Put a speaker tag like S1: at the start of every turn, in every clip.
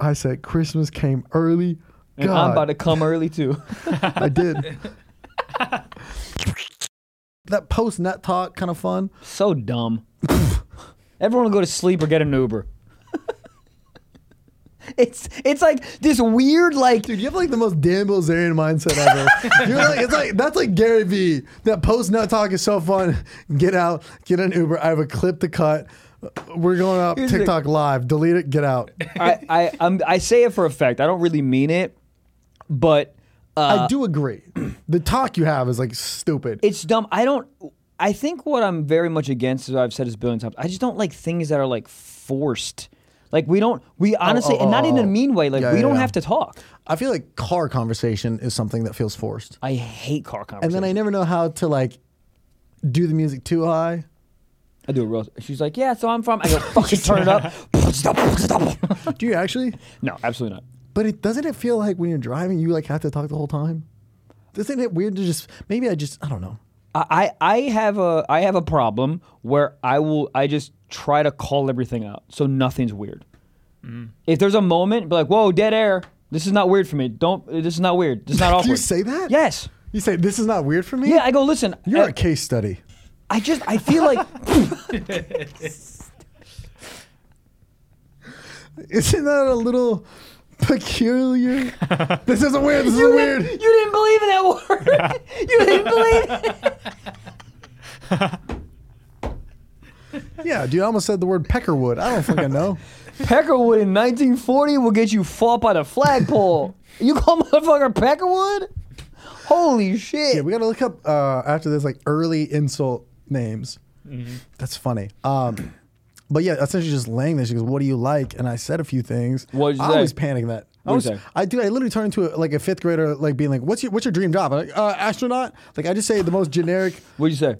S1: I said Christmas came early.
S2: And I'm about to come early too.
S1: I did. that post net talk kind of fun.
S2: so dumb. Everyone will go to sleep or get an Uber. it's it's like this weird like
S1: Dude, you have like the most Dan Bilzerian mindset ever. You're like, it's like that's like Gary Vee. That post nut talk is so fun. Get out, get an Uber. I have a clip to cut. We're going up
S2: Here's the-
S1: TikTok live. Delete it. Get out.
S2: I I I'm, I say it for effect. I don't really mean it, but uh,
S1: I do agree. The talk you have is like stupid.
S2: it's dumb. I don't. I think what I'm very much against is what I've said this a billion times. I just don't like things that are like forced. Like we don't. We honestly,
S1: oh,
S2: and not in a
S1: oh.
S2: mean way. Like
S1: Yeah,
S2: we
S1: yeah,
S2: don't
S1: yeah.
S2: have to talk.
S1: I feel like car conversation is something that feels forced.
S2: I hate car
S1: And
S2: conversations.
S1: then I never know how to like do the music too high.
S2: I do a real. She's like, yeah, so I'm from. I go, fucking turn it up.
S1: Do you actually?
S2: no, absolutely not.
S1: But it doesn't it feel like when you're driving you like have to talk the whole time? Isn't it weird to just maybe I just I don't know.
S2: I, I I have a I have a problem where I will I just try to call everything out so nothing's weird. If there's a moment, be like, whoa, dead air. This is not weird for me. Don't. This is not weird. This is not awkward.
S1: Do you say that?
S2: Yes.
S1: You say this is not weird for me?
S2: Yeah. I go. Listen.
S1: You're
S2: I-
S1: a case study.
S2: I just I feel like
S1: Isn't that a little peculiar? this isn't weird. This is
S2: you,
S1: weird.
S2: didn't, you didn't believe in that word. you didn't believe. It.
S1: Yeah, dude, I almost said the word peckerwood. I don't fucking know.
S2: Peckerwood in 1940 will get you fought by the flagpole. you call motherfucker Peckerwood? Holy shit!
S1: yeah, we gotta look up uh, after this like early insult names.
S2: Mm-hmm.
S1: That's funny. Um, but yeah, essentially just laying there. She goes, "What do you like?" And I said a few things.
S2: What'd you
S1: I
S2: say?
S1: always panic that. I,
S2: What'd
S1: was,
S2: you say?
S1: I do. I literally turn into a, like a fifth grader, like being like, "What's your what's your dream job?" I'm like, uh, astronaut. Like I just say the most generic.
S2: What'd you say?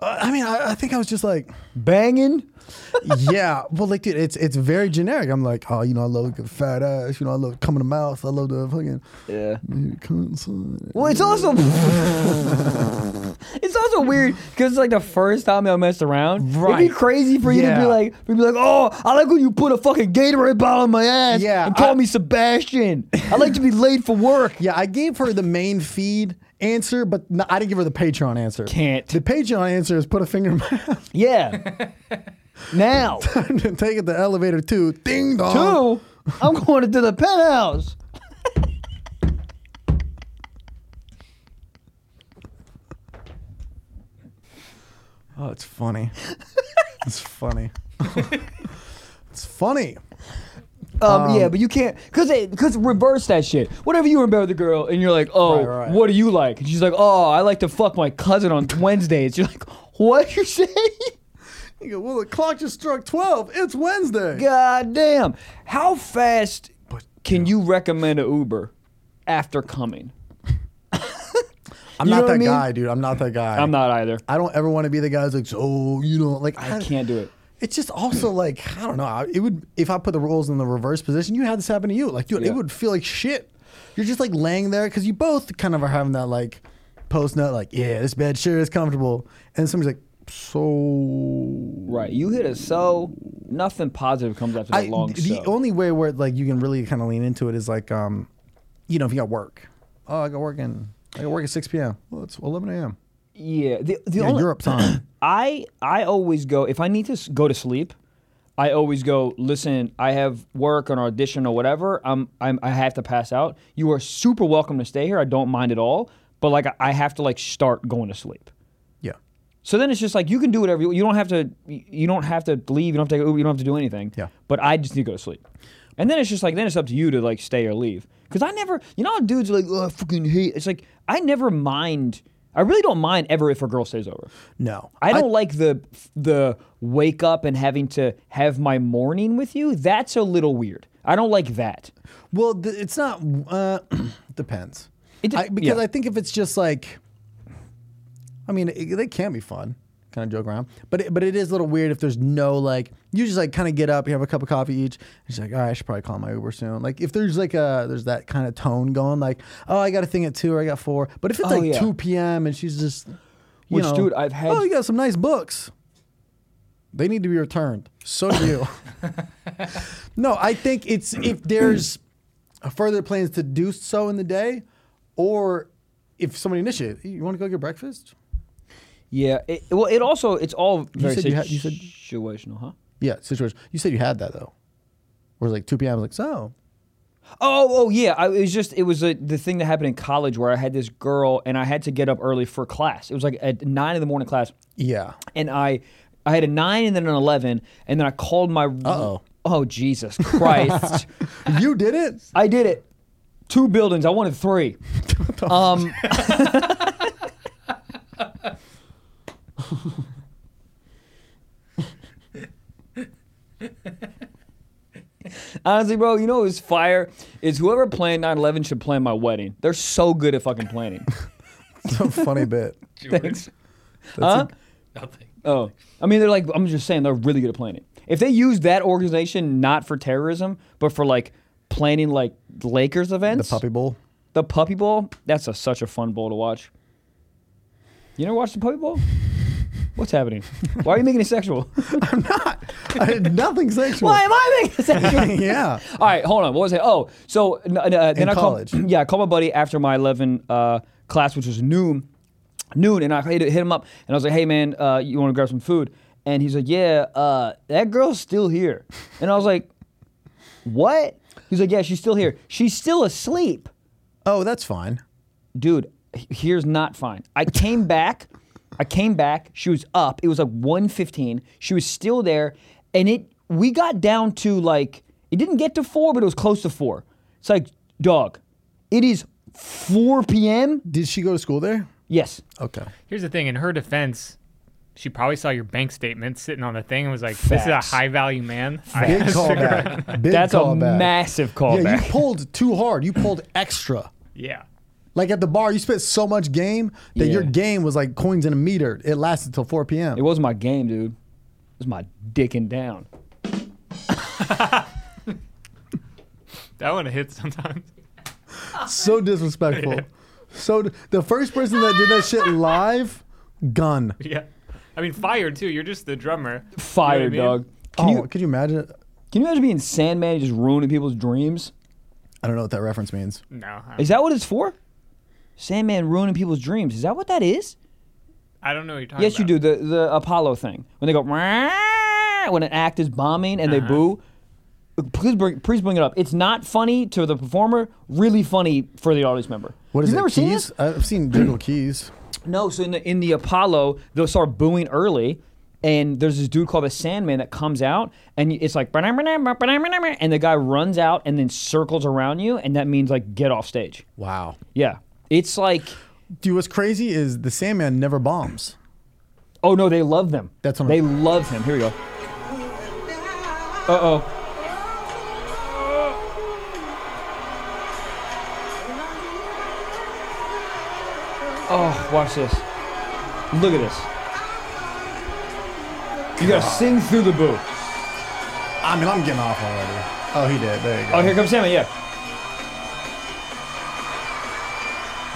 S1: Uh, I mean, I, I think I was just like.
S2: Banging.
S1: yeah, well, like, dude, it's it's very generic. I'm like, oh, you know, I love the fat ass. You know, I love coming to mouth. I love the fucking.
S2: Yeah.
S1: cunt.
S2: Well, it's also
S1: Mm.
S2: it's also weird because it's like the first time I messed around. It'd
S1: Right.
S2: be crazy for you to be
S1: Yeah.
S2: like, we'd be like, oh, I like when you put a fucking Gatorade bottle in my ass.
S1: Yeah,
S2: And call
S1: I-
S2: me Sebastian. I like to be late for work.
S1: Yeah, I gave her the main feed answer, but no, I didn't give her the Patreon answer.
S2: Can't.
S1: The Patreon answer is put a finger in my ass
S2: Yeah. now.
S1: and take it to elevator two. Ding dong.
S2: Two, I'm going into the penthouse.
S1: Oh, it's funny. it's funny. it's funny.
S2: Um, yeah, but you can't because because reverse that shit. Whatever you remember the girl, and you're like, oh,
S1: Right, right.
S2: what do you like? And she's like, oh, I like to fuck my cousin on Wednesdays. You're like, what you say?
S1: You go, well, the clock just struck 12. It's Wednesday.
S2: God damn! How fast
S1: But-
S2: can you recommend an Uber after coming?
S1: I'm
S2: You know
S1: not
S2: what I
S1: that
S2: mean?
S1: guy, dude. I'm not that guy.
S2: I'm not either.
S1: I don't ever want to be the guy who's like, oh, you know, like
S2: I can't do it.
S1: It's just also like I don't know. I- It would if I put the roles in the reverse position. You had this happen to you, like dude,
S2: Yeah.
S1: it would feel like shit. You're just like laying there because you both kind of are having that like post nut, like yeah, this bed sure is comfortable, and somebody's like, so
S2: Right? You hit a so nothing positive comes after that
S1: I-
S2: long
S1: the
S2: so.
S1: only way where like you can really kind of lean into it is like um, you know, if you got work. Oh, I got work in. I got work at six p.m. Well, it's eleven a.m.
S2: yeah. The, the
S1: Yeah,
S2: only
S1: Europe time.
S2: I I always go if I need to s- go to sleep. I always go. Listen, I have work or an audition or whatever. I'm, I'm I have to pass out. You are super welcome to stay here. I don't mind at all. But like I- I have to like start going to sleep.
S1: yeah.
S2: So then it's just like you can do whatever you, you don't have to. You don't have to leave. You don't have to. take Uber, You don't have to do anything.
S1: Yeah.
S2: But I just need to go to sleep. And then it's just like then it's up to you to like stay or leave. Because I never, you know, how dudes are like, oh, I fucking hate. It's like I never mind. I really don't mind ever if a girl stays over.
S1: No,
S2: I don't like the the wake up and having to have my morning with you. That's a little weird. I don't like that.
S1: Well, th- it's not. Uh, depends.
S2: It de-
S1: I, because
S2: yeah.
S1: I think if it's just like, I mean, it, they can be fun, kind of joke around, but it, but it is a little weird if there's no like. You just like kind of get up, you have a cup of coffee each. And she's like, all right, I should probably call my Uber soon. Like if there's like a there's that kind of tone going, like oh I got a thing at two or I got four. But if it's
S2: Oh,
S1: like
S2: yeah.
S1: two p.m. and she's just, you
S2: Which,
S1: know,
S2: dude, I've had-
S1: Oh, you got some nice books. They need to be returned. So do you. no, I think it's if there's further plans to do so in the day, or if somebody initiates, you want to go get breakfast?
S2: Yeah. It, well, it also it's all very
S1: said you had- you said-
S2: situational, huh?
S1: Yeah, situation. You said you had that though. Where it's like 2 p.m. I was like, so
S2: Oh, oh yeah. I, it was just it was a, the thing that happened in college where I had this girl and I had to get up early for class. It was like at nine in the morning class,
S1: yeah.
S2: and I I had a nine and then an eleven, and then I called my
S1: Uh-oh.
S2: oh Jesus Christ.
S1: You did it.
S2: I did it. Two buildings. I wanted three. um, Honestly, bro, you know who's fire? Is whoever planned 9 11 should plan my wedding. They're so good at fucking planning.
S1: It's a funny bit.
S3: George.
S2: Thanks. Huh?
S3: Nothing.
S2: Oh, I mean, they're like, I'm just saying, they're really good at planning. If they use that organization not for terrorism, but for like planning like Lakers
S1: The
S2: events,
S1: puppy bowl.
S2: the Puppy Bowl, that's a, such a fun bowl to watch. You never watched the Puppy Bowl? What's happening? Why are you making it sexual?
S1: I, nothing sexual.
S2: Why am I making it sexual?
S1: yeah.
S2: All right, hold on. What was it? Oh, so n- n- uh, then
S1: In
S2: I
S1: college.
S2: Called, yeah, I called my buddy after my 11 uh, class, which was noon, noon, and I hit, hit him up and I was like, "Hey, man, uh, you want to grab some food?" And he's like, "Yeah, uh, that girl's still here," and I was like, "What?" He's like, "Yeah, she's still here. She's still asleep."
S1: Oh, that's fine.
S2: dude, h- here's not fine. I came back, I came back. She was up. It was like 1:15. She was still there, and it. We got down to like it didn't get to four, but it was close to four. It's like dog. It is 4 p.m.
S1: Did she go to school there?
S2: Yes.
S1: Okay.
S3: Here's the thing. In her defense, she probably saw your bank statement sitting on the thing and was like, "This is a
S2: Facts.
S3: high value man." I
S1: Big
S3: have a cigarette.
S1: callback. Big
S2: That's a
S1: callback.
S2: massive
S1: Yeah,
S2: callback.
S1: you pulled too hard. You pulled extra.
S3: Yeah.
S1: Like at the bar, you spent so much game that
S2: Yeah.
S1: your game was like coins in a meter. It lasted till 4 p.m.
S2: it wasn't my game, dude. It was my dicking down.
S3: That one hits sometimes.
S1: so disrespectful. So d- the first person that did that shit live, gun.
S3: Yeah. I mean, fire too. You're just the drummer.
S2: Fire,
S3: You know what I mean?
S2: dog. Can
S1: oh,
S2: you
S1: could you imagine?
S2: can you imagine being Sandman and just ruining people's dreams?
S1: I don't know what that reference means.
S3: No, I don't,
S2: Is that what it's for? Sandman ruining people's dreams. Is that what that is?
S3: I don't know what you're talking
S2: Yes,
S3: about.
S2: you do. The the Apollo thing when they go "Rah!" when an act is bombing and they boo. Please bring please bring it up. It's not funny to the performer. Really funny for the audience member.
S1: What is
S2: You've
S1: it?
S2: never
S1: keys?
S2: seen this?
S1: I've seen Jiggle Keys.
S2: No. So in the in the Apollo, they'll start booing early. And there's this dude called the Sandman that comes out, and it's like, and the guy runs out and then circles around you, and that means like get off stage.
S1: Wow.
S2: Yeah, it's like
S1: Dude, what's crazy is the Sandman never bombs.
S2: Oh no, they love them.
S1: That's what I'm-
S2: they love him. Here we go. Uh oh. Oh, watch this. Look at this. You gotta sing through the boo.
S1: I mean, I'm getting off already. Oh, he did. There you go.
S2: Oh, here comes Sammy. Yeah,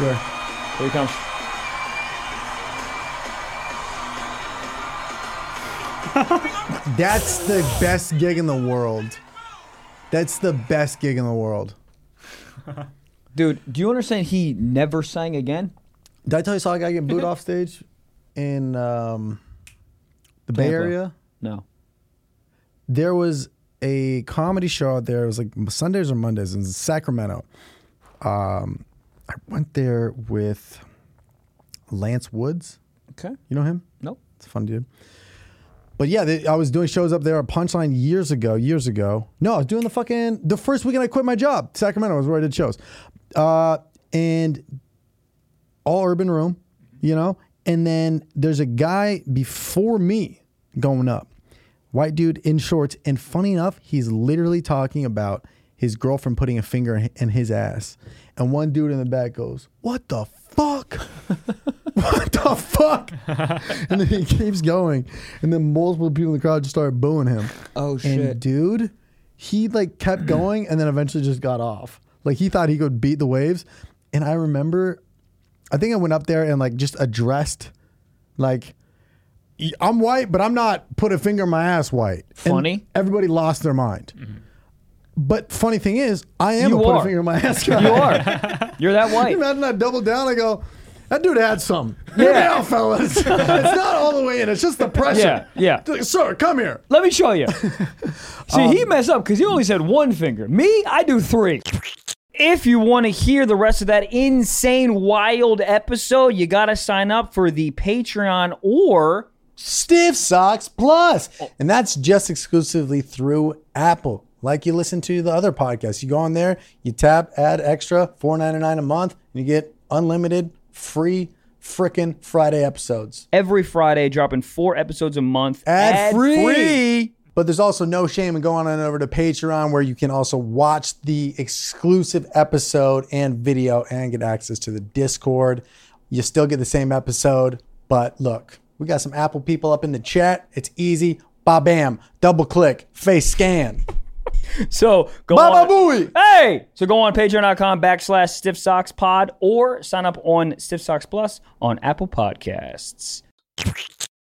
S2: Oh,
S1: Where?
S2: here he comes.
S1: That's the best gig in the world. That's the best gig in the world.
S2: Dude, do you understand? He never sang again.
S1: Did I tell you I saw a guy get booed off stage in um, the Bay
S2: Tampa.
S1: Area?
S2: No.
S1: There was a comedy show out there. It was like Sundays or Mondays in Sacramento. Um, I went there with Lance Woods.
S2: Okay.
S1: You know him?
S2: Nope.
S1: It's a fun dude. But yeah, they, I was doing shows up there at Punchline years ago, years ago. No, I was doing the fucking the first weekend I quit my job. Sacramento was where I did shows, uh, and all urban room, you know. And then there's a guy before me going up, white dude in shorts, and funny enough, he's literally talking about his girlfriend putting a finger in- in his ass, and one dude in the back goes, "What the fuck?" what the fuck? and then he keeps going, and then multiple people in the crowd just started booing him.
S2: Oh,
S1: And
S2: shit.
S1: dude, he like kept going, and then eventually just got off. Like he thought he could beat the waves, and I remember, I think I went up there and like just addressed, like,
S4: y- I'm white, but I'm not put a finger in my ass white. And
S2: Funny.
S4: everybody lost their mind. But funny thing is, I am
S2: You
S4: a put
S2: are.
S4: a finger in my ass guy.
S2: You are. You're that white.
S4: Imagine I double down. I go, that dude had some. You're
S2: Yeah.
S4: down, fellas. it's not all the way in. It's just the pressure.
S2: Yeah, yeah.
S4: Like, Sir, come here.
S2: Let me show you. See, he
S1: Um,
S2: messed up because he only said one finger. Me, I do three. If you want to hear the rest of that insane, wild episode, you got to sign up for the Patreon or.
S1: Stiff Socks Plus. And that's just exclusively through Apple. Like you listen to the other podcasts. You go on there, you tap, add extra, $4.99 a month, and you get unlimited free frickin' Friday episodes.
S2: Every Friday, dropping four episodes a month.
S1: Ad, free.
S2: Ad-free.
S1: But there's also no shame in going on over to Patreon where you can also watch the exclusive episode and video and get access to the Discord. You still get the same episode, but look, we got some Apple people up in the chat. It's easy. Ba bam, double click, face scan.
S2: So go
S1: Baba
S2: on.
S1: booey!
S2: Hey! So go on patreon.com backslash Stiff Socks Pod or sign up on Stiff Socks Plus on Apple Podcasts.